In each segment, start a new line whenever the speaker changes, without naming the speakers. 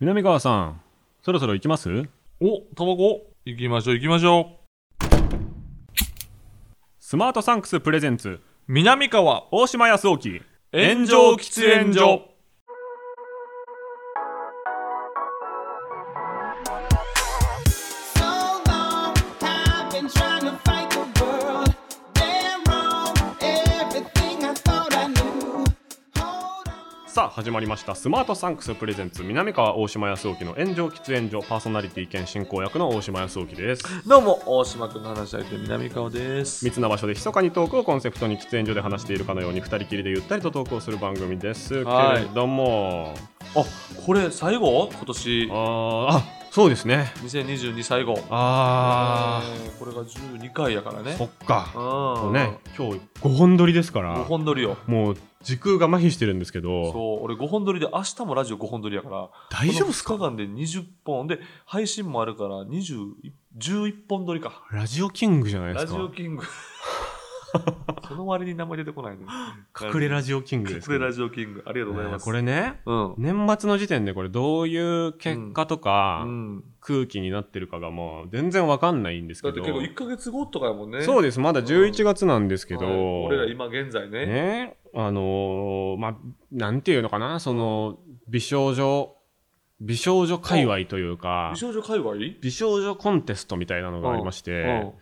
南川さん、そろそろ行きます
お、タバコ行きましょう行きましょ
スマートサンクスプレゼンツ、
う。南川、
大島康沖。
炎上喫煙所。
So long, I've been trying to fight the world. Damn wrong, everything I thought I knew. Hold on.
さあ始まりましたスマートサンクスプレゼンツ南川大島康沖の炎上喫煙所パーソナリティ兼進行役の大島康沖です
どうも、大島くんの話し相手、南川です。
密な場所で密かにトークをコンセプトに喫煙所で話しているかのように二人きりでゆったりとトークをする番組ですけ
はい
れども
あ、これ最後今年
あ、ーあそうですね
2022最後。
あ
えーこれが12回やからね。
ーそっか
う
も
ん。
うね。今日5本撮りですから
5本撮りよ。
もう時空が麻痺してるんですけど
そう、俺5本撮りで、明日もラジオ5本撮りやから、
大丈夫っす
こ
か
の2日間で20本で、配信もあるから、20 11本撮りか。
ラジオキングじゃないで
ラ
す
ジ
か
オ キング。その割に名前出てこないね。
隠れラジオキングですね
隠れラジオキング。ありがとうございま
ね
す。
これね
うん。
年末の時点でこれどういう結果とか、
うん。
空気になってるかがもう全然わかんないんです
だ
け
って
ど
結構1ヶ月後とかやもんね。
そう
で
ですまだ11月なんですけど、
俺ら今現在ね。
ねあのーまあなんていうのかなその美少女美少女界隈というか
美少女界隈
美少女コンテストみたいなのがありまして、
うん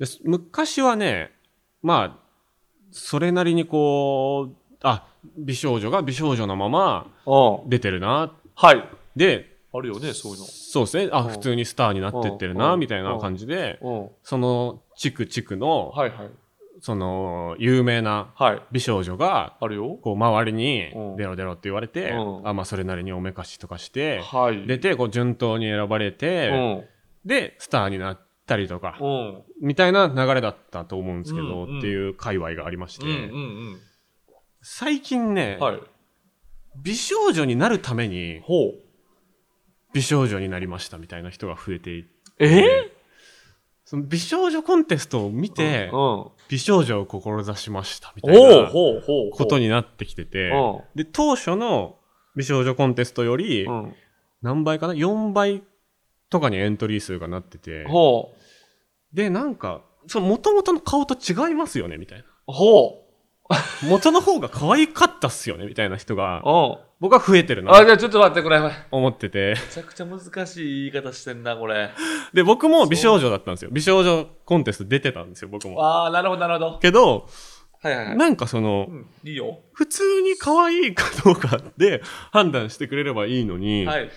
です昔はねまあそれなりにこうあ美少女が美少女のまま
うん。
出てるな
はい。
で
あるよね、そういう
そうですね。あ、
うん
普通にスターになってってる
う
な、
ん
みたいな感じで、
の。
その地区地区
うん。
の、
はいはい。
その、有名な
はい。
美少女が、
あるよ。
こう、周りに
うん、
出ろ出ろって言われて
う、ん
あ、まあ、それなりにおめかしとかして、
はい。
出て、こう、順当に選ばれ
う
て、
ん。
で、スターになったりとか、
うん。
みたいな流れだったと思うんですけ
うん
ど、
うん
っていう界隈がありまし
う
て
んう、ん
最近ね
うん。、はい。
美少女になるために、
ほう。
美少女になりましたみたいな人が増えていて、
え
その美少女コンテストを見て、
うん。お
美少女を志しましたみたい
おう
な
ほうほう。
ことになってきてて、
う
で、当初の美少女コンテストより
ん。うん。
何倍かな ?4 倍とかにエントリー数がなってて、
ほう。
で、なんか、その元々の顔と違いますよねみたいな。
ほ
元の方が可愛かったっすよねみたいな人が
う。、うん。
僕は増えてるな
あ、じ
と
ゃあちょっと待って、これ。め
思ってて、
ちゃくちゃ難しい言い方してんな、これ。
で、僕も美少女だったんですよ。美少女コンテスト出てたんですよ、僕も。
ああ、なるほど、なるほど。
けど、
はいはいはい。
なんかその
う、ん、いいよ。
普通に可愛いかどうかで 判断してくれればいいのに、
はい。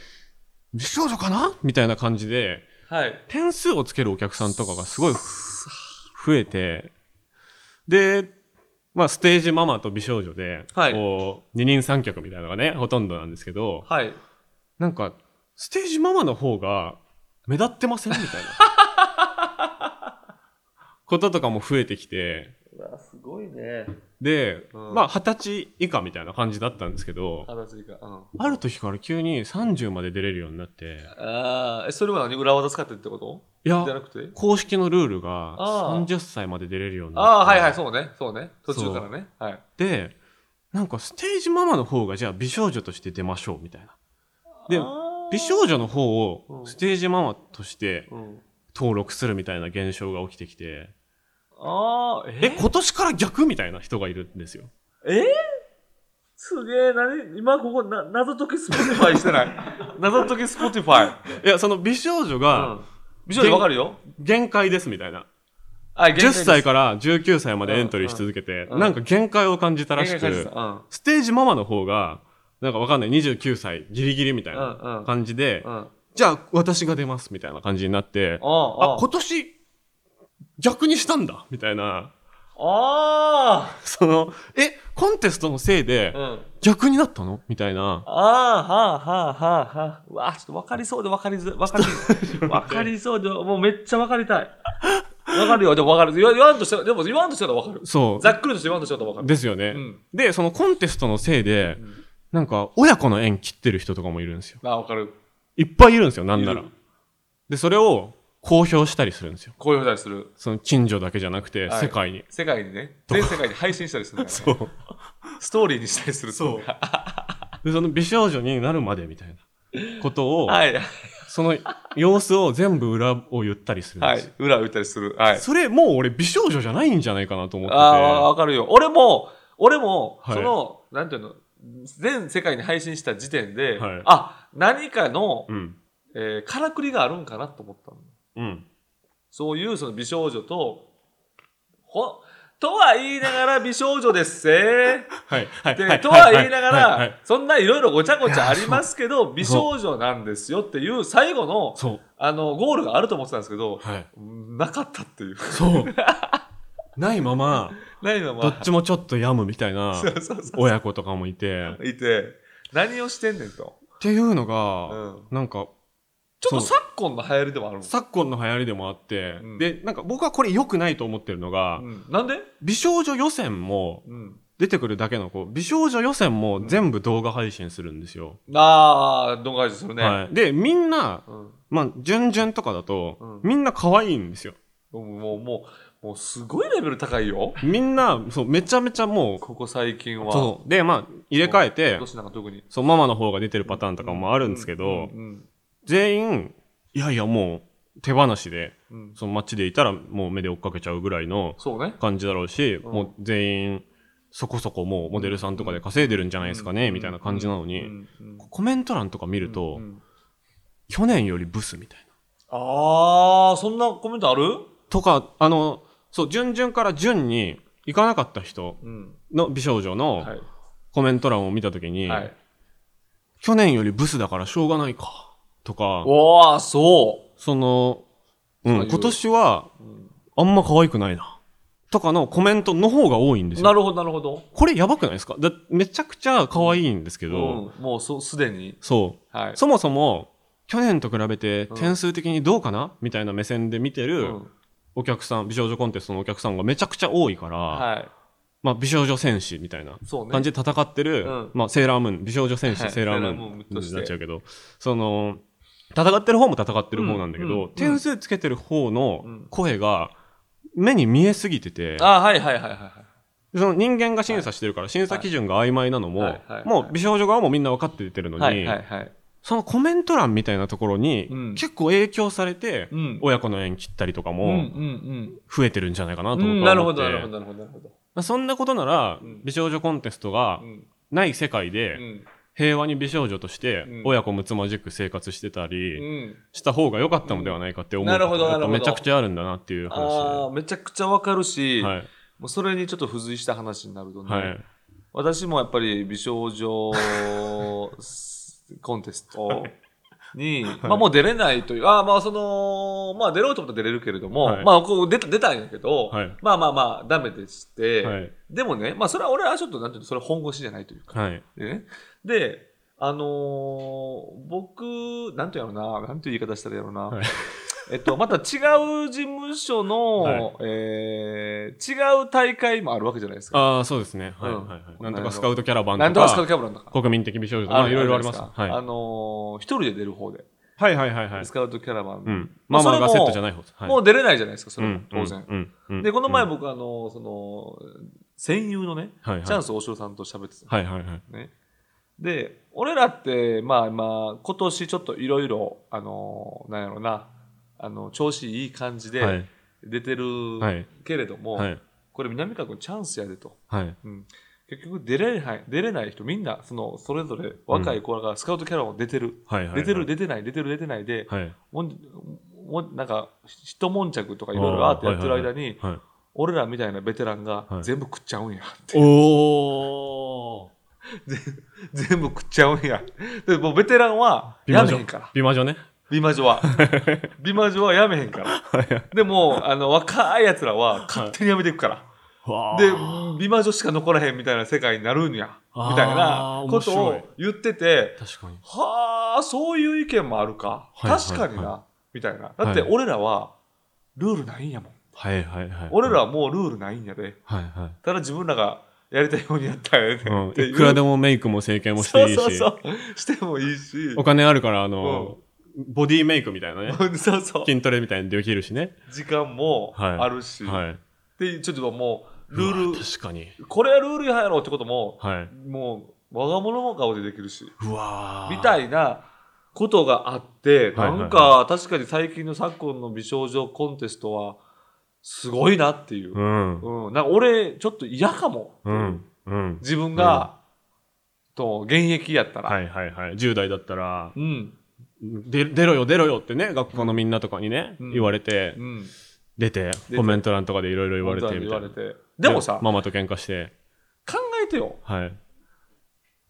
美少女かなみたいな感じで、
はい。
点数をつけるお客さんとかがすごいふ増えて、で、まあ、ステージママと美少女で、
はい
こう、二人三脚みたいなのがね、ほとんどなんですけど、
はい。
なんか、ステージママの方が目立ってませんみたいな。 こととかも増えてきて、
すごいね。
で、
うん
まあ、二十歳以下みたいな感じだったんですけど、
話すか。うん。
ある時から急に30まで出れるようになって、
ああ、え、それは何裏技使ってってこと
いや
じゃ、なくて
公式のルールが
あー
30歳まで出れるようになって。
ああ、はいはい、そうね。そうね。途中からね。はい。
で、なんかステージママの方がじゃあ美少女として出ましょうみたいな。で、美少女の方
う
を
ん
ステージママとして
うん。
登録するみたいな現象が起きてきて、
ああ、
え、今年から逆みたいな人がいるんですよ。
えすげえ、何今ここな、謎解きスポティファイして ない。謎解きスポティファイ。
いや、その美少女が
うん。美少女わかるよ。
限界ですみたいな。
あ、
10歳
か
から19歳までエントリーし続けて、
うん
なんか限界を感じたらし
限界です
く
う、ん。
ステージママの方が、なんかわかんない、29歳ギリギリみたい
うんう
なん感じで
う、ん。
じゃあ私が出ますみたいな感じになって、あ
あ、
今年、逆にしたんだみたいな。
あ
その、え、コンテストのせいで
あ、うん。
逆になったのみたいな。
ああ、はあ、はあ、はあ、はあ。うわあ、ちょっと分かりそうで分かりづ、分かり、分かりそうで、もうめっちゃ分かりたい。分かるよ、でも分かる。言わ言わんとして、でも言わんとしてたら分かる。
そ
ざっくりとして言わんとしてたら分か
う。
る。
ですよね、
うん
で、そのコンテストのせいで、
ん
なんか、親子の縁切ってる人とかもいるんですよ。
ああ、分かる。
いっぱいいるんですよ、なんなら
いる。
で、それを公表したりするんですよ。
こういう話する。
その近所だけじゃなくて、
はい
世界に。
世界にね、全世界に配信したりするからね
そう。
ストーリーにしたりするってい
で、その美少女になるまでみたいな。ことを、
はい。
その様子を全部裏を言ったりするん
は
ですよ
い。裏を打ったりする。はい。
それもう俺美少女じゃないんじゃないかなと思ってて。
ああ、わかるよ。俺も、俺も、
はい
その、なんていうの、全世界に配信した時点で、
はい
あ、何かの、
うん。
えーからくりがあるんかなと思ったの。
うん。
そういうその美少女と、ほ、とは言いながら美少女ですせ
はい。はい。
で
はい
とは言いなが
はいはい
ら、そんないろいろごちゃごちゃありますけど、美少女なんですよっていう最後の、
そう。
あの、ゴールがあると思ってたんですけど、
はい。
なかったって いう。
そう。ないま ま、
ない
ど
のま
っちもちょっと病むみたいな
そうそうそ
親子とかもいて。
う。いて、何をしてんねんと。
っていうの
う
が、
ん。
なんか、
ちょっと昨今の流行りでもあるもん。
昨今の流行りでもあって、
うん
で、なんか僕はこれ良くないと思ってるのが、
うん、なんで
美少女予選も
うん。
出てくるだけの子、美少女予選も全部動画配信するんですよ。
ああ、どんがりするね。
はい。で、みんな、
うん。
まあ、順々とかだと、
うん
みんな可愛いんですよ。
もう、もう、もう、もうすごいレベル高いよ。
みんな、そう、めちゃめちゃもう、
ここ最近は。
そう。で、まあ、入れ替えて
今、年なんか特に。
そう、ママの方が出てるパターンとかもあるんですけど、
うん。
全員、いやいや、もう、手放しで、
うんうん
その街でいたら、もう目で追っかけちゃうぐらいの
そうね。
感じだろうし、
ん
もう全員、そこそこもうモデルさんとかで稼いでるんじゃないですかね、みたいな感じなのに、
うんうん
コメント欄とか見ると、
うん
去年よりブスみたいな。
ああ、そんなコメントある
とか、あの、そう、順々から順に行かなかった人
うん。
の美少女の
はい。
コメント欄を見たときに、
はい。
去年よりブスだからしょうがないか、とか、
おー、そ
その、うん、
そういう
今年は
う。うん
あんま可愛くないな、とかのコメントの方が多いんです
な
よ。
るほど、なるほど。
これやばくないですかだめちゃくちゃ可愛いんですけ
う
ど、
ん。もう、そ、すでに。
そ。。
はいう
そもそも、去年と比べて
うん
点数的にどうかな、みたいな目線で見て
う
る
ん。
お客さん、美少女コンテストのお客さんがめちゃくちゃ多いから、
は。
まあ美少女戦士みたいない
そうね。
感じで戦ってる、
うん
まあセーラームーン、美少女戦士、
はい
セーラーム
セーラームーン
ーン
とし
に
て
なっちゃうけど、その、戦ってる方も戦ってる方なんだけど、
うんうんうん
点数つけてる方の
うん
声が目に見えすぎてて、
あー、はいはいはいはいはい。
その人間が審査してるから審査基準が曖昧なのも、
はいはいはい
もう美少女側もみんな分かって出てるのに、
はいはいはい。
そのコメント欄みたいなところに
うん
結構影響されて、
うん。
親子の縁切ったりとか
うんうん
も増えてるんじゃないかな
うん。
と
うん
僕
な
は
る
思っ
ほ
て、
ど、なるほど、なるほど、なるほど。
まあそんなことなら
うん
美少女コンテストが
うん。
ない世界で、
うん。
平和に美少女として
うん
親子むつまじく生活してたり
うん。
した方が良かったのではないかって思う
なるほど
ことが
なるほど
めちゃくちゃあるんだなっていう
あ
話
あ、めちゃくちゃわかるし、
で。はい。
もうそれにちょっと付随した話になるとね、
はい。
私もやっぱり美少女コンテストに、まあもう出れないという、ああまあその、まあ出ろうと思ったら出れるけれども、
はい
まあこう出た出たんやけど、
はい
まあまあまあダメでして、
はい。
でもね、まあそれは俺はちょっとなんていうの、それ本腰じゃないというか、
はい。
でね。で、あのー僕、なんていうのな、なんていう言い方したらいいやろな。
はい
えっと、また違う事務所の、
はい
えー違う大会もあるわけじゃないですか。
ああ、そうですね。はい。
う
は
ん
いはい。なんとかスカウトキャラバ
な
ン
ん
と
とかスカウ
か、
トキャブランとか。
国民的美少女とか、まあいろいろあります。
じゃ
はい。
ないですかあ
は
のー一人で出る方で、
いはいはいはい
ス。カウトキャラバン。
うん。
ま
マ
あ
マが
そ
セ
れ
ッ
も
トじゃない方。はい
もう出れないじゃないですか、それ
う
も
ん
当然。
うんうんうん
で、この前
うん
僕、あのーその、戦友のね、
はいはい
チャンス大城さんと喋ってた
はいはいはい。
ね。で、俺らって、まあまあ、今年ちょっといろいろ、あの、なんやろな、あの、調子いい感じ
は
で
い
出てる
はい
けれども、
はい
これ南川君チャンスやでと。
はい。
うん結局出れない、出れない人、みんな、その、それぞれ若い子らがスカウトキャラを出てる。
はいはい。
出てる、出てない、出てる、出てないで、
はい。
もんもんなんか、一悶着とかいろいろあってやってる
は
間に、
いはいはいはい。
俺らみたいなベテランが
はい
全部食っちゃうんや って。
おー。
全部食っちゃうんや。でもうベテランは
美
や
魔
めへ
女
んから。。
美魔女ね。
美 魔女は。美魔女はやめへんから。でも、あの、若い奴らは勝手にやめていくから。
わ
で
ー、
美魔女しか残らへんみたいな世界になるんや。
あー
みたいなことを
面
言ってて、
確かに。
はあ、そういう意見もあるか。
はいはい
確かにな
は。
みたいな。だって
はい
俺らは、ルールないんやもん。
はいはいはい。
俺らはもうルールないんやで。
はいは
ただ自分らがやりたいようにやったらええ
い。
ね んっ
う
て
ん。
いう。
いくらでもメイクも整形もしていいし。
そうそうそう。してもいいし。
お金あるから、あの、ボディメイクみたいなね。
そうそう。
筋トレみたいにできるしね。
時間も
はい
あるし。
はい。
で、ちょっともう、ル
う
ー
わ
ル、
確かに。
これはルール違反やろってことも、
はい。
もう、我が物の顔でできるし、
うわー。
みた
い。
いなことがあって、
はいはい
なんか確かに最近の昨今の美少女コンテストはすごいなっていう
う。ん。
うん。なんか俺、ちょっと嫌かも。
うん。うん。
自分が、と、現役やったら。
はいはいはい。
10代だったら、
うん。
で出ろよ出ろよってね、学校のみんなとかにね、
うん
言われて、
うん。
出て、
て
コメント欄とかでいろいろ言われてみ
言
た
わ
い
れ
な。
て。でもさ、
ママと喧嘩して、
考えてよ。
はい、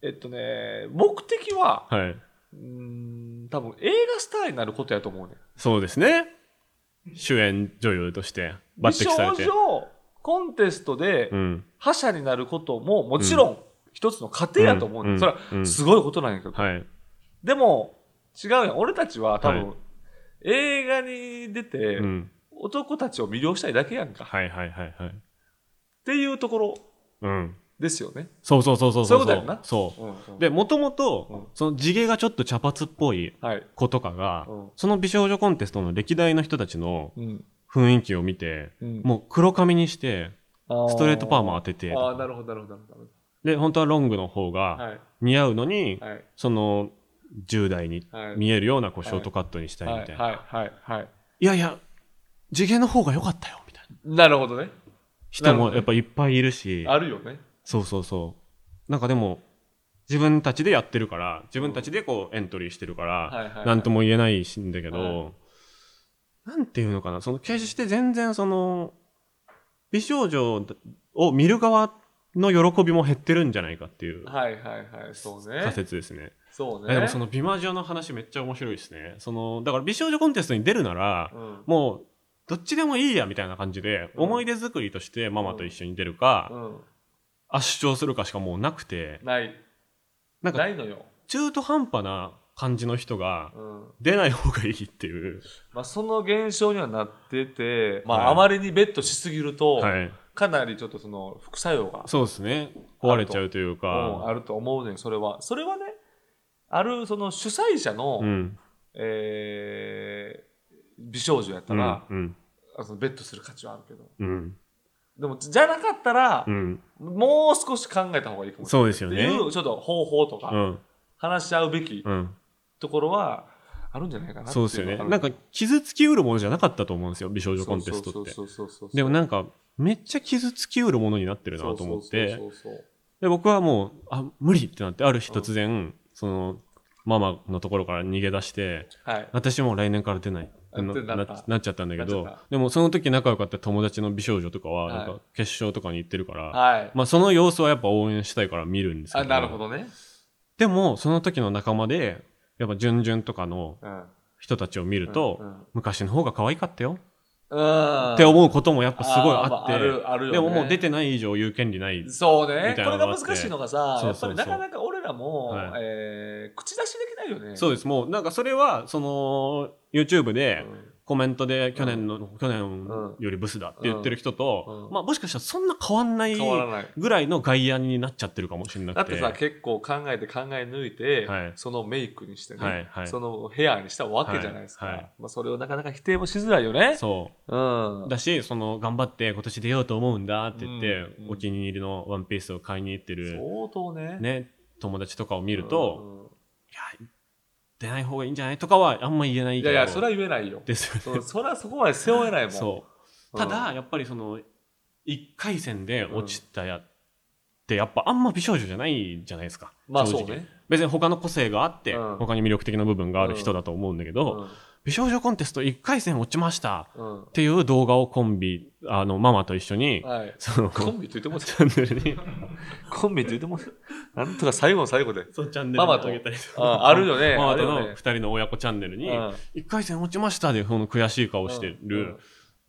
えっとね、目的は、
はい。
うーん、多分映画スターになることやと思うね。
そうですね。主演女優として抜擢
美少
されて
女。コンテストで
うん。
覇者になることももちろん一つの過程やと思うね、
うん
それは
うん
すごいことなんやけど、
はい。
でも違うやん俺たちは多分、
は
映画に出て
うん。
男たちを魅了したいだけやんか、っ
はいはいはいはい。
ていうところ
うん。
ですよね、
そうそうそうそうそう。
そういうことやんな
そう
うんうん
で、もとも
うん
と、その地毛がちょっと茶髪っぽい
はい、
子とかが
うん、
その美少女コンテストの歴代の人たちの
うん
雰囲気を見て、
うん
もう黒髪にして、ストレートパーマ当ててと
あーあーな
か、
るほどなるほどなるほ
で、本当はロングの方
ど
が
はい
似合うのに、
はい
その、10代に
はい
見えるようなこうショートカットにしたい
はい
みたいな。
はいはいはい
いやいや、地毛の方が良かったよ、みたいな。
なるほどね
人もやっぱいっぱいいるし、
あるよね
そうそうそう。なんかでも、自分たちでやってるから、自分たちでこうエントリーしてるか
はいはいは
ら、
い
なんとも言えないしんだけど、
は
なんていうのかな、その決して全然その、美少女を見る側の喜びも減ってるんじゃないかっていう
はいはいはいそうね
仮説ですね。
そう
え
ね
でもその美魔女の話めっちゃ面白いですね。その、だから美少女コンテストに出るなら、
うん
もう、どっちでもいいやみたいな感じで、
うん
思い出作りとしてママと一緒に出るか、
うん
圧勝するかしかもうなくて、
ない
なん
な
か
いのよ、
中途半端な感じの人が
うん
出ない方がいいっていう。
まあ、その現象にはなってて、まあ
はい
あまりにベッドしすぎると、
はい。
かなりちょっとその副作用が
そうですね。壊れちゃうという
うんあ
か。
ると思うねんそれはそれはねあるその主催者の、
うん。
えー美少女やった
うん。う
ら、
ん。
あそのベッドする価値はあるけど
うん。
でもじゃなかったら
う、ん。
もう少し考えた方がいいかもしれ
そ
な
う
い
ですよね
っていうちょっと方法とか、
うん。
話し合うべき
うん。
ところはあるんじゃないかなってい
そうですよね。
の
な
は
んか傷つきうるものじゃなかったと思うんですよ。美少女コンテス
そ
トっ
う
て。
そうそうそうそうそう
でもなんか、めっちゃ傷つきうるものになってるなと思って。
そうそうそうそう
で僕はもうあ無理ってなってある日突然、そのママのところから逃げ出して
はい
私もう来年から出ない
あ
な
ってなった
ななっちゃったんだけど
なっちゃった
でもその時仲良かった友達の美少女とかは
はい
なんか決勝とかに行ってるから、
はい
まあ、その様子はやっぱ応援したいから見るんですけ
あ
ど
なるほどね、
でもその時の仲間でやっぱ準々とかの
うん
人たちを見ると、
うんうん
昔の方が可愛かったよ
うん、
って思うこともやっぱすごいあ
あ
っ
ーまあ
て
あるあるよね
でももう出てない以上言う権利ない
そうね
み
こ
たいなの
れ
が
が
あって
難しいのがさ
そうそうそう
やっぱりなかなか俺らも、
はい
えー口出しできないよね
そう
う
です。もう、なんかそれは、その、YouTube で
ん
コメントで去年の、去年よりブスだって言ってる人と、
うん
まあもしかしたらそんな変わんない
変わらない
ぐらいの外野になっちゃってるかもしれな
だっ
くて。
てさ結構考えて考え抜いて、
はい
そのメイクにしてね、
はいはい
そのヘアにしたわけじゃないですか、
はいはい
まあ、それをなかなか否定もしづらいよね
そうう。
ん
だし、その、頑張って今年出ようと思うんだって言って、
うん
お気に入りのワンピースを買いに行ってる、
相当ね
ね、友達とかを見
い
ると、出ない方がいいんじゃないとかはあんま言えない
い
け
や
ど。
いやそれは言えないよ
ですよ
そ
ね
う。それはそこまで背負えないもん
そう。
うん
ただ、やっぱりその、一回戦で落ちたやって、やっぱあんま美少女じゃないじゃないですか。
まあ
正直
そうね。
別に他の個性があって、
うん
他に魅力的な部分がある人だと思うんだけど、美少女コンテスト一回戦落ちました
うんうん
っていう動画をコンビ、あの、ママと一緒に、
はい
その、
コ
チ
ンビと言っても らって
ャンネルに、
コンビって言っても、なんとか最後の最後で。
そう、チャンネ
マ
ル
マ
に
と
上げたりと
あ
か。
あるよね
ママと
あるよ
の
ね
二人の親子チャンネルに
うん、
一回戦落ちましたで、その悔しい顔してる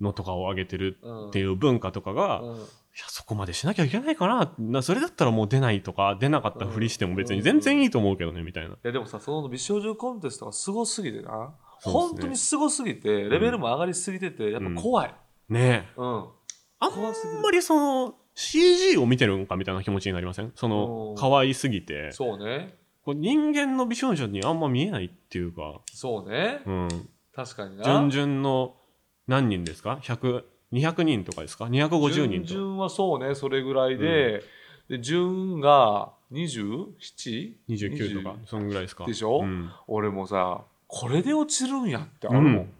のとかを上げてるっていう文化とかが、
うんうん
いや、そこまでしなきゃいけないかな。なそれだったらもう出ないとか、出なかったふりしても別に全然いいと思うけどね、みたいな。
いやでもさ、その美少女コンテストがすごすぎてな。
そうですね
本当にすごすぎて、レベルも上がりすぎてて、やっぱ怖い。
ねえ。
うん。
あん
怖すぎる
まりその、CG を見てるんかみたいな気持ちになりませんそ
お
の、
ー
可愛すぎて。
そうね。
こう人間の美少女にあんま見えないっていうか、
そうね。
うん。
確かにな。
順々の何人ですか ?100、200人とかですか ?250 人と
順々はそうね、それぐらいで、で、順が 27?
29とか、そんぐらいですか。
でしょ
うん。
俺もさ、これで落ちるんやって、あ
う
るもん
ん、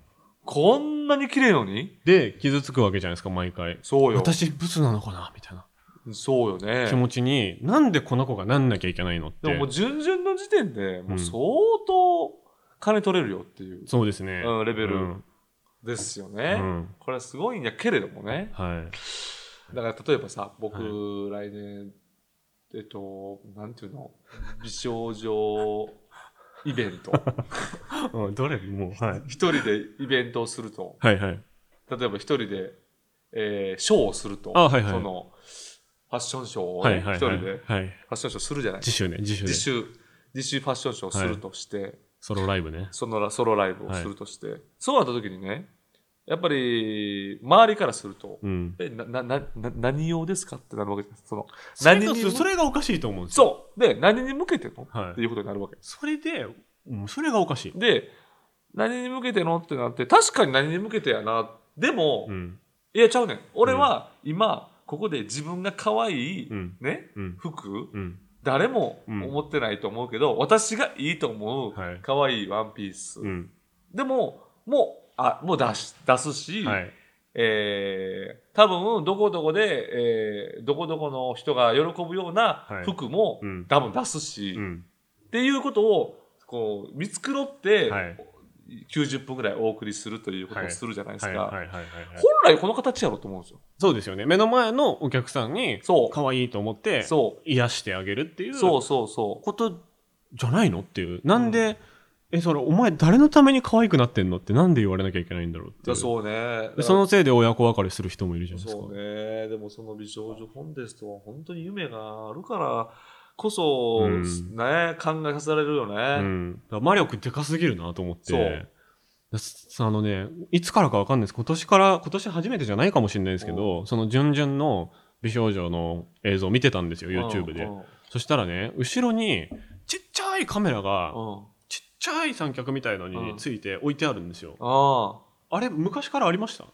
こんなに綺麗のに
で、傷つくわけじゃないですか、毎回。
そうよ。
私、ブスなのかなみたいな
そうよね
気。持ちに、なんでこの子がなんなきゃいけないのって。
でももう順々の時点で、もううん相当金取れるよっていう、
そうですね。
うんレベル
うん
ですよ
う
ね。
ん。
これはすごいんやけれどもね。
はい。
だから例えばさ、僕、来年、えっと、なんていうの、美少女イベント。
うんどれもう、はい。
一人でイベントをすると、
はいはい。
例えば一人で、えーショーをすると、
あはいはい
その、ファッションショーを
は
ね
い
一、
はい。
人でフ
はい。はい
ァッションショーするじゃない
自主ね、自主で
自。主、自主ファッションショーをするとして、
ソロライブね。
そのらソロライブをするとして、そうなった時にね、やっぱり、周りからすると、
うん。
え、な、な、な、な何用ですかってなるわけです。その、
それ
何
が
に向
それがおかしいと思うんですよ。
そうで、何に向けての、
はい
っていうことになるわけ。
それで、うんそれがおかしい。
で、何に向けてのってなって、確かに何に向けてやな。でも、
うん。
いや、ちゃうねん。俺は今、ここで自分が可愛い、
うん
ね、
うん。
服、
うん。
誰も
うん
思ってないと思うけど、私がいいと思う、
はい
可愛いワンピース。
うん。
でも、もう、あ、もう出し、出すし、
はい。
えー多分、どこどこで、えーどこどこの人が喜ぶような
はい
服も、
うん
多分出すし、
う
っ
ん。
ていうことを、こう、見繕って、
はい
90分ぐらいお送りするということをするじゃないです
は
か。
いはいはいはい。
本来この形やろうと思うんですよ。
そうですよね。目の前のお客さんに、
そう
可愛いと思って、
そ。
癒してあげるっていうう
そうそうそう。
ことじゃないのっていう。なんで、え、それ、お前誰のために可愛くなってんのってなんで言われなきゃいけないんだろうってい
だ
う。
そうね。
でそのせいで親子別れする人もいるじゃないですか
そう。ね。でもその美少女コンテストは本当に夢があるからこそ、
うん
ね、考えさせられるよね。
うん、だから魔力でかすぎるなと思って。
そう
だすあのね、いつからかわかんないです。今年から、今年初めてじゃないかもしれないですけど、その準々の美少女の映像を見てたんですよ、YouTube で
う。んうん
そしたらね、後ろに、ちっちゃいカメラが、
うん
ちっちゃい三脚みたいの
うん
について置いてあるんですよ。
ああ。
あれ、昔からありました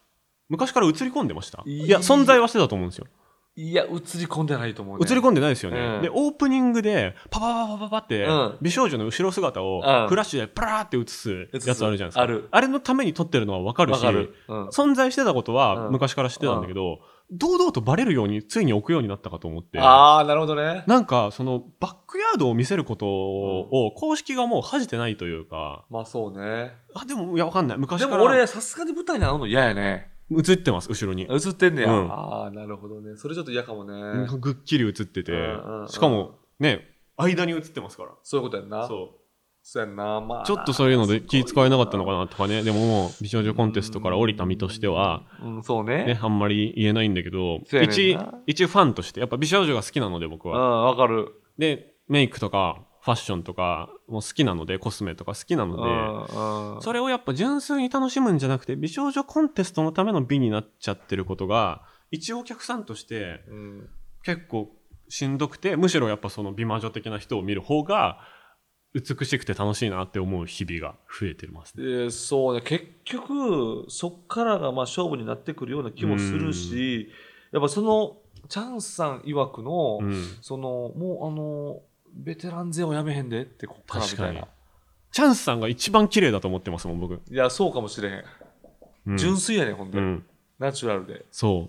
昔から映り込んでました
いい
いや、存在はしてたと思うんですよ。
いや、映り込んでないと思う、ね。
映り込んでないですよね、
うん
でオープニングでパパパパパパって
うん
美少女の後ろ姿を
うん
フラッシュでプラーって映すやつあるじゃないです
映す
か
ある
あれのために撮ってるのは分かる
わ
し
かる。うん
存在してたことは
うん
昔から知ってたんだけど、堂々とバレるようについに置くようになったかと思って
ああ、なるほどね。
なんかそのバックヤードを見せることを公式がもう恥じてないというか
まあそうね。
あでもいや分かんない昔
で
か
も俺、
ら
さすがに舞台に会うの嫌やね。
映ってます後ろに
映ってんねや。
うん
ああ、なるほどね。それちょっと嫌かもね。
ぐっきり映ってて
うんうん
しかもね間に映ってますから
そういうことやんな。
そう
そうやんな。まあ。
ちょっとそういうので気使えなかったのか
な。
なとかね、でももう美少女コンテストから降りた身としては、
うん、そうね。
ね、あんまり言えないんだけど、
そうやねん
一
な、
一ファンとして、やっぱ美少女が好きなので僕
う
は。
ん、わかる。
で、メイクとかファッションとかも好きなので、コスメとか好きなので、
うん
それをやっぱ純粋に楽しむんじゃなくて、美少女コンテストのための美になっちゃってることが、一お客さんとして
うん
結構しんどくて、むしろやっぱその美魔女的な人を見る方が、美しくて楽しいなって思う日々が増えてます
え
ね。
ーそうね、結局、そっからがまあ勝負になってくるような気もするし、やっぱその、チャンスさん曰くの、
うん
その、もうあの、ベテラン勢をやめへんでって、こっからみたいな
確。チャンスさんが一番綺麗だと思ってますもん、僕。
いや、そうかもしれへん。
うん
純粋やね、ほんで、
うん
ナチュラルで。
そ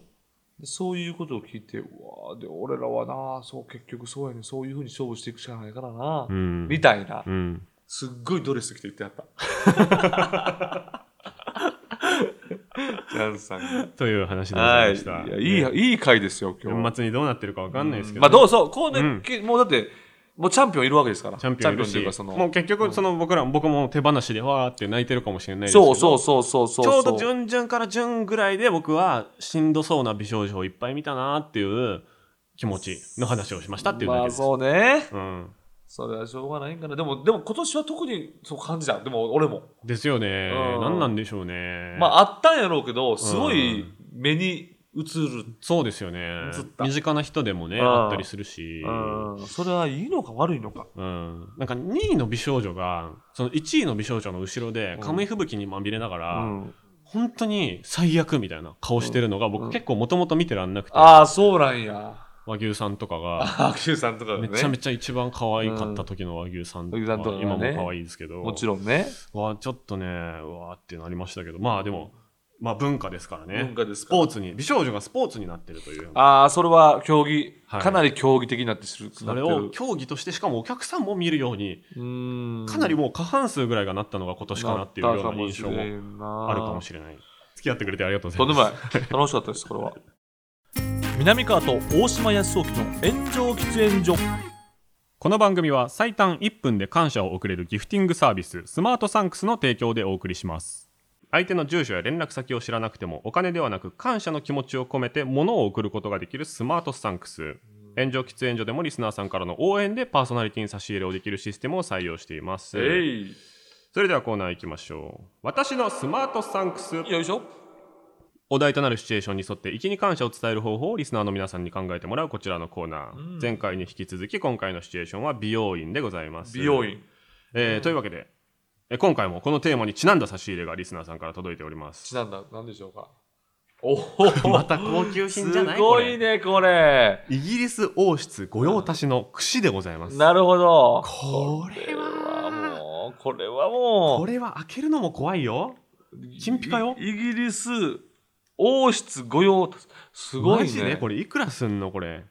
でそういうことを聞いて、うわーで、俺らはな、そう、結局そうやねんそういうふうに勝負していくしかないからな、
う。うん。
みたいな。
うん。
すっごいドレス着て行ってやった。チャンスさんが。
という話でござ
はいい。
ました。
いやい
ね
い、いい回ですよ、今日。
年末にどうなってるかわかんないですけど。
まあ、どうそう、こうね、
うん
きもうだって、もうチャンピオンいるわけですから。
チャンピオンいる
チャというか
し、
その
もう結局、その僕らも、僕も手放しでわーって泣いてるかもしれないですけど。
そうそうそうそうそう。
ちょうど順々から順ぐらいで僕はしんどそうな美少女をいっぱい見たなーっていう気持ちの話をしましたっていうだ
ま
け
あ、
です。
そうね。
うん。
それはしょうがないんかな。でも、でも今年は特にそう感じた。でも、俺も。
ですよね。
うん
何なんでしょうね。
まあ、あったんやろうけど、すごいう目に映る。
そうですよね
ずっ。と
身近な人でもね、
うん
あったりするし。
うん。それはいいのか悪いのか。
うん、なんか2位の美少女がその1位の美少女の後ろで
うん
紙吹雪にまみれなが
う
ら、
ん。
本当に最悪みたいな顔してるのが
うん
僕結構もともと見てらんなくて、
ああ、そうなんや。
和牛さんとかが、
ああ、Q さんとか ね。
めちゃめちゃ一番可愛かった時の和牛さんと
うん和牛さんと
か、
かね
今も可愛いですけど、
もちろんね。
わあちょっとね、うわあってなりましたけど、まあでも、まあ文化ですからね。
文化です
ス
から
ポーツに、美少女がスポーツになってるという。
ああ、それは競技、
はい
かなり競技的になってする。
それを競技として、しかもお客さんも見るように、か
か
なりもう過半数ぐらいがなったのが今年かなっていうような印象もあ
あ
るかもしれない。付き合ってくれてありがとうござ
と
い
んで
ます。
もない。楽しかったです、これは。南川と大島康雄の炎上喫煙所。
この番組は最短1分で感謝を送れるギフティングサービススマートサンクスの提供でお送りします相手の住所や連絡先を知らなくてもお金ではなく感謝の気持ちを込めて物を送ることができるスマートサンクス炎上喫煙所でもリスナーさんからの応援でパーソナリティに差し入れをできるシステムを採用しています
え
それではコーナー行きましょう私のスマートサンクス
い。よいしょ。
お題となるシチュエーションに沿って粋に感謝を伝える方法をリスナーの皆さんに考えてもらうこちらのコーナー、
うん
前回に引き続き今回のシチュエーションは美容院でございます
美容院。
えーというわけで、えー今回もこのテーマにちなんだ差し入れがリスナーさんから届いておりま
ち
す。
なんだ、なんでしょうか。おお。
また高級品じゃない
すご
これ
いね、これ。
イギリス王室御用達の櫛でございます。
なるほど。
これは、
もう、これはもう。
これは開けるのも怖いよ。金ピカよ
イイギリス王室御用達すごい
マジ
ね
でこれいくらすんのこれ。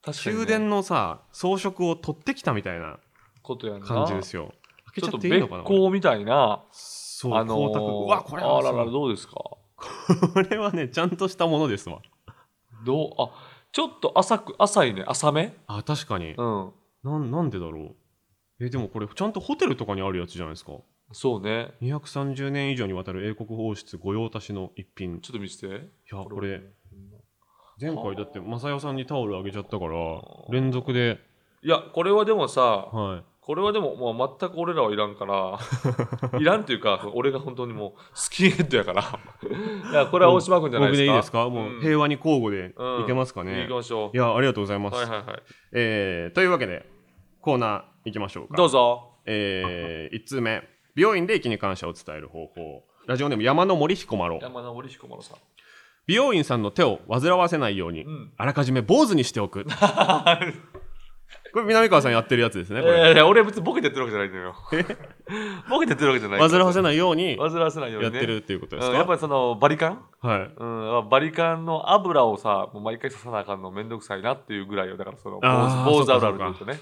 確かにね
宮殿のさ、装飾を取ってきたみたいな
ことやんな
感じですよ。開け
ち
ち
ょっ
ゃ
と
っていい
別
のかなこれ
行みたいな
そう、
あの
光沢。
ー
うわ、これ
あ
は
らら
そう
どうですか
これはね、ちゃんとしたものですわ。
どうあちょっと浅く浅いね浅め
あ、確かに
う。ん
なんなんでだろう。え、でもこれちゃんとホテルとかにあるやつじゃないですか。
そうね
230年以上にわたる英国王室御用達の一品い
ちょっと見せて
やこ
これ
れ前回だって雅代さんにタオルあげちゃったから
ー
連続で
いやこれはでもさ
は
これはでも、まあ、全く俺らはいらんから いらんというか俺が本当にもうスキンヘッドやから いやこ
い
れは大島君じゃない
僕
ですか
でいいですかもう平和に交互で
うん
いけますか
うん
ね
行きましょ
いやありがとうございま
う
す、
はいはいはい
えーというわけでコーナーいきましょうか
どうぞ
え1通目美容院で息に感謝を伝える方法ラジオネーム山の森彦摩呂
山田織彦摩呂さん
美容院さんの手を煩わせないように、
うん
あらかじめ坊主にしてお くこれ南川さんやってるやつですねこれ、
いやいや俺別にボケてやってるわけじゃないのよ ボケてやってるわけじゃない
煩わ
せ
せないように
煩わせないよう
やっ
にね
てるっていうことです
う
か、
ん、やっぱりそのバリカン、
はい
うん、バリカンの油をさもう毎回刺さなあかんのめんどくさいなっていうぐらいよだからその
あー
坊主坊主あるあ
そう
る
か
と
そか
いううとね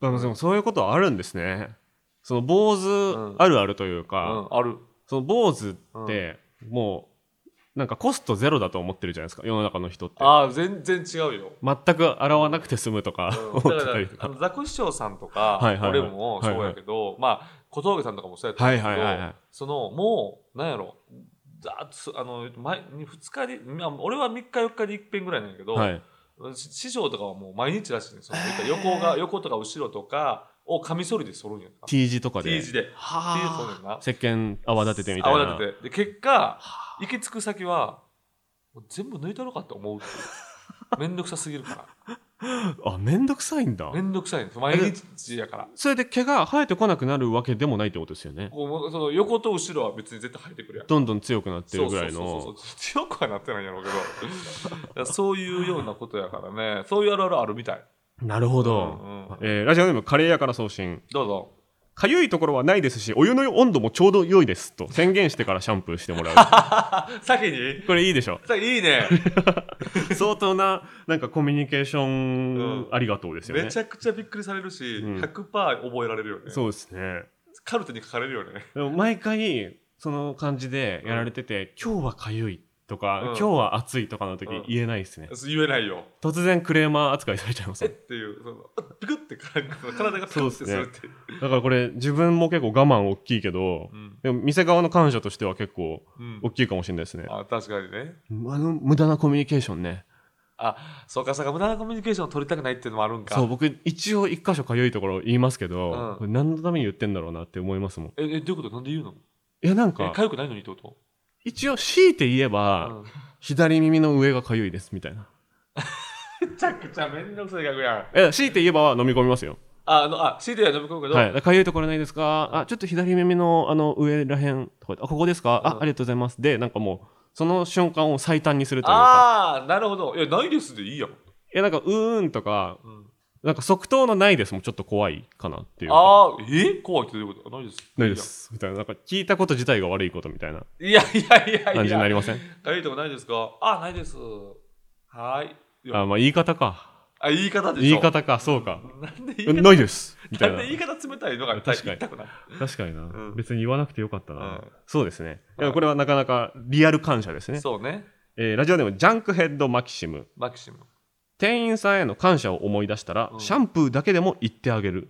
まあでもそういうことはあるんですねその坊主
ん
あるあるという
う
か、
んある
その坊主ってもうなんかコストゼロだと思ってるじゃないですか世の中の人って
ああ全然違うよ、
全く洗わなくて済むとか
うん、
思
だ
って
か
た
ら
りと
あ
か
のザクシショウさんとか、
はいはいはい
俺もそうやけど、まあ小峠さんとかもそうやった
は
ん
い
やけど、
はいはいはい
そのもうなんやろざーっとすあの前に2日にまあ俺は3日4日に1遍ぐらいなんやけど、
はい
し師匠とかはもう毎日らしいねその言ったら横が横とか後ろとかをカミソリで揃うんやんか
T 字とかで
T 字で T 字で揃うんやんな
石鹸泡立ててみたいな
泡立ててで結果行き着く先はもう全部抜いたのかって思うって いうめんどくさすぎるか
あめんどくさいんだ
らめんどくさいんです毎日やから
それで毛が生えてこなくなるわけでもないってことですよね
こうもうその横と後ろは別に絶対入ってくるやん
どんどん強くなって
そ
る
う
ぐ
そ
ら
う
い
そう
の
そう強くはなってないんやろうけどいやそういうようなことやからねそういうあるあるあるみたい
なるほど、
うんうん
えーラジオネームカレー屋から送信
どうぞ
かゆいところはないですしお湯の温度もちょうど良いですと宣言してからシャンプーしてもら う
先に
これいいでしょ
さいいね
相当ななんかコミュニケーション
うん
ありがとうですよね、
めちゃくちゃびっくりされるし、
うん
100%覚えられるよね
そうですね
カルテに書かれるよね
でも毎回その感じでやられてて、今日はかゆいとか、
う
今
ん
日は暑いとかの時
うん
言えないですね、
言えないよ
突然クレーマー扱いされちゃいます
えっ
ね
ていうそのピクって体がピク
そう
っ
ってす
す
ね
るっていう、
だからこれ自分も結構我慢大きいけど、
うん
でも店側の感謝としては結構
うん
大きいかもしれないですね、
あ確かにね
あの無駄なコミュニケーションね
あそうかそうか無駄なコミュニケーションを取りたくないっていうのもあるんか
そう僕一応一箇所かゆいところ言いますけど、
うん
これ何のために言ってんだろうなって思いますもん
ええどういうことなんで言うの
いやなん
え
か
かゆくないのにってこと
一応強いて言えば、
うん
左耳の上がかゆいですみたいな
めちゃくちゃめんどくさい額やん
え強いて言えば飲み込みますよ
ああのあ CD は飲み込むけど、
はいだからかゆいところないですか、あちょっと左耳のあの上らへんとかあここですか、あ
うん
ありがとうございますでなんかもうその瞬間を最短にするというか
ああなるほどいやないですでいいやん
いやなんかうーんとか、
ん
なんか即答のないですもちょっと怖いかなっていうか
ああ、え怖いってどういうことないです。
ないで。すみたいななんか聞いたこと自体が悪いことみたいない
やいやいやいや。
感じになりません
かゆいとこないですかあ、ないです。はーい。いや
あまあ言い方か
あ、言い方でしょ。
言い。方かそうか
なんで言い方
ないですみた
ないん
な
で言い方冷たいのが
確かに
言いたくない。
確かにな、
ん
別に言わなくてよかったな、
うん
そうですねい
は
や
い
これはなかなかリアル感謝ですね、
そうね。
えーラジオネームジャンクヘッドマキシム
マキシム。
店員さんへの感謝を思い出したら、
うん
シャンプーだけでも言ってあげる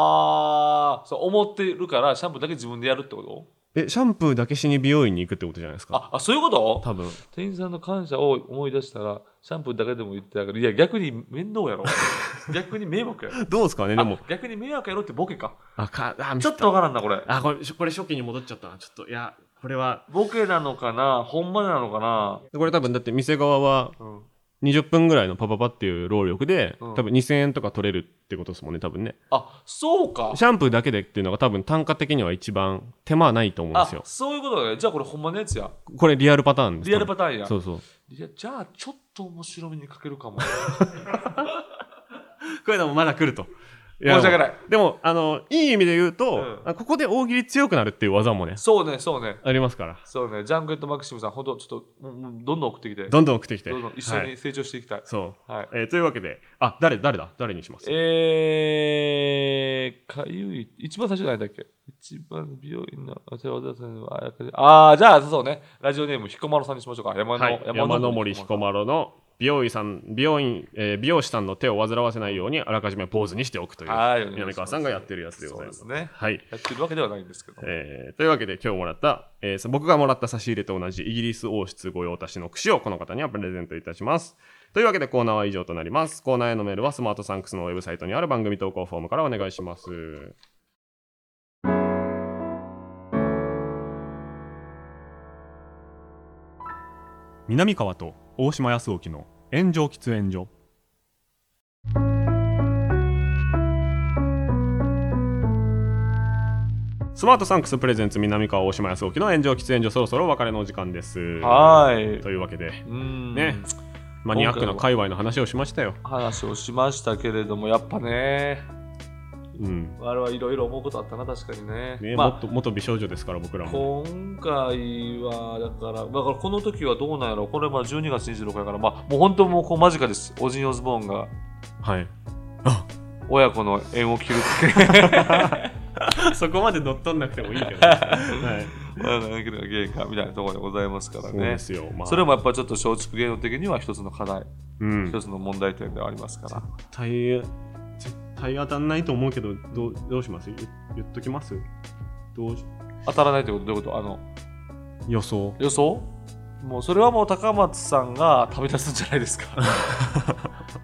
ああ、そう思ってるから、シャンプーだけ自分でやるってこと
えシャンプーだけしに美容院に行くってことじゃないですか
ああ、そういうこと
多分
店員さんの感謝を思い出したら、シャンプーだけでも言ってあげる。いや、逆に面 倒やろ。逆に迷惑やろ。
どうですかねでも
あ逆に迷惑やろってボケか。
あかあミス
ちょっとわからんな、これ。
あこれこれ初期に戻っちゃったなちょっといやこれは
ボケなのかなほんまなのかな
これ多分だって店側は
うん。
20分ぐらいのパパパっていう労力で、
うん
多分2000円とか取れるってことですもんね多分ね
あ、そうか。
シャンプーだけでっていうのが多分単価的には一番手間はないと思うんで
あ
すよ、
そういうことだね。じゃあこれほんまのやつや。
これリアルパターンです
リアルパターンや。
そうそう
いや、じゃあちょっと面白みに欠けるかも。
こういうのもまだ来ると申
申し訳ない
でもあのいい意味で言うと、
うん
あここで大喜利強くなるっていう技もね
そうね、そうね。
ありますから
そうね。ジャンクエットマキシムさん、ほんとちょっと、うんうんどんどん送ってきて。
どんどん送ってきて
どんどん一緒
はい
に成長していきたい。
そう
はい。
えーというわけで、あ、誰、誰だ誰にします
えー、かゆい、一番最初何だっけ一番美容院の、あじゃあ、あやかりあー、じゃあ、そうね、ラジオネーム、彦摩呂さんにしましょうか。山の、
はい、山の森彦摩呂の美容院さん、美容院、えー美容師さんの手を煩わせないようにあらかじめポーズにしておくという、
はいお願い
南
します
川さんがやってるやつでございます。
そうですね
はい。
やってるわけではないんですけど。
えーというわけで今日もらった、えーさ僕がもらった差し入れと同じイギリス王室御用達の櫛をこの方にはプレゼントいたします。というわけでコーナーは以上となります。コーナーへのメールはスマートサンクスのウェブサイトにある番組投稿フォームからお願いします。南川と大島康沖の炎上喫煙所。スマートサンクスプレゼンツ南川大島康沖の炎上喫煙所そろそろお別れのお時間です。
はーい。
というわけで、
うーん
ねマニアックな界隈の話をしましたよ。
話をしましたけれどもやっぱね
うん。
我々はいろいろ思うことあったな確かにね
ね、
ま
元元美少女ですから僕ら
あ
も。
今回はだからだからこの時はどうなんやろこれまで12月26日やからまあもう本当もうこう間近ですオジン・オズボーンが
はい。
親子の縁を切るっていう
そこまで乗っ取んなくてもいいけど。 はい。
親子の縁を切る芸かみたいなところでございますから
そうで
ね
すよ。まあ、
それもやっぱちょっと松竹芸能的には一つの課題、
うん。
一
絶
つの問題点ではありますから
対、絶対当たんないと思うけど、どうどうします言言っときますどうし
当たらないということどういうことあの
予想。
予想もうそれはもう高松さんが旅立つんじゃな いですか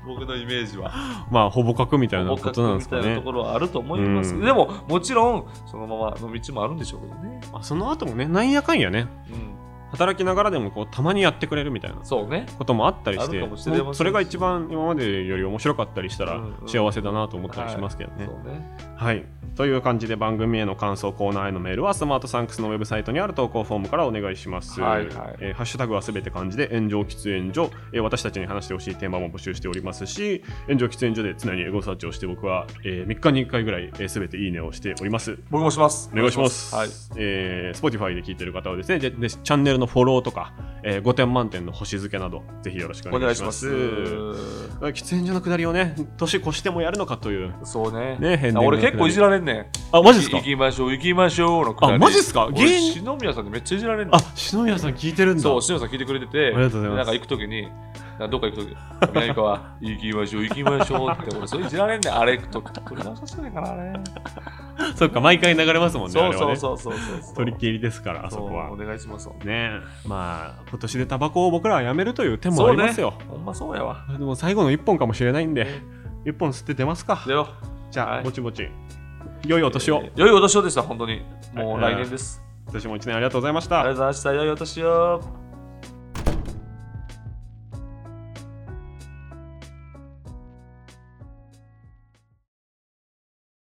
僕のイメージは
まあ、ほぼ角みたいな
僕
こ
が
となんで
来み
すか
たいなと
ね
こ。ろはあると思います、
うん
でももちろんそのままの道もあるんでしょうけどね、
あその後もね、なんやかんやね、
うん、
働きながらでもこうたまにやってくれるみたいな。
そうね
こともあったりして
あるかもしれません
もうそれが一番今までより面白かったりしたら
うんうん
幸せだなと思ったりしますけどね。
そうね
はい、という感じで番組への感想コーナーへのメールはスマートサンクスのウェブサイトにある投稿フォームからお願いします。
はいはい
えーハッシュタグはすべて漢字で炎上喫煙所、えー私たちに話してほしいテーマも募集しておりますし炎上喫煙所で常にエゴサーチをして僕は、え3日に1回ぐらいすべ、全ていいねをしております。
僕もします
お願いします。
はい
えー Spotify で聞いてる方はですね、ででチャンネルのフォローとか、え5点満点の星付けなど、ぜひよろしくお
お
願
願
い
い
し
し
ま。
ますす
喫煙所の下りをね、年越してもやるのかという。
そうね
ね変な
俺結構いじられんねん
あ、マジですか
行きましょう行きましょうのくだり
あマジっすか芸
俺
人
篠宮さんにめっちゃいじられんねん
あ、篠宮さん聞いてるんだ。
そう、篠田さん聞いてくれてて、あ
りがとうございます
なんか行くときに、なんかどっか行くとき、南川、 行きましょう、行きましょうって、俺、それいじられんねん、あれ行くとき。これ直させないから、あれ。
そっか、毎回流れますもんね。
そうそう
う。
そうそうそうそう。
取り切りですから、あそこは
そうお。願いします。そ
ねえまあ、今年でタバコを僕らはやめるという手もありますよ。
うねほんまそうやわ。
でも最後の1本かもしれないんで、1本吸って出ますか
で。よ、
じゃあ、
はい
ぼちぼち。良いお年を。
良いお年をでした、本当に。もう
はい
来年です。
今年も1年ありがとうございました
ありがとうございました。良いお年を。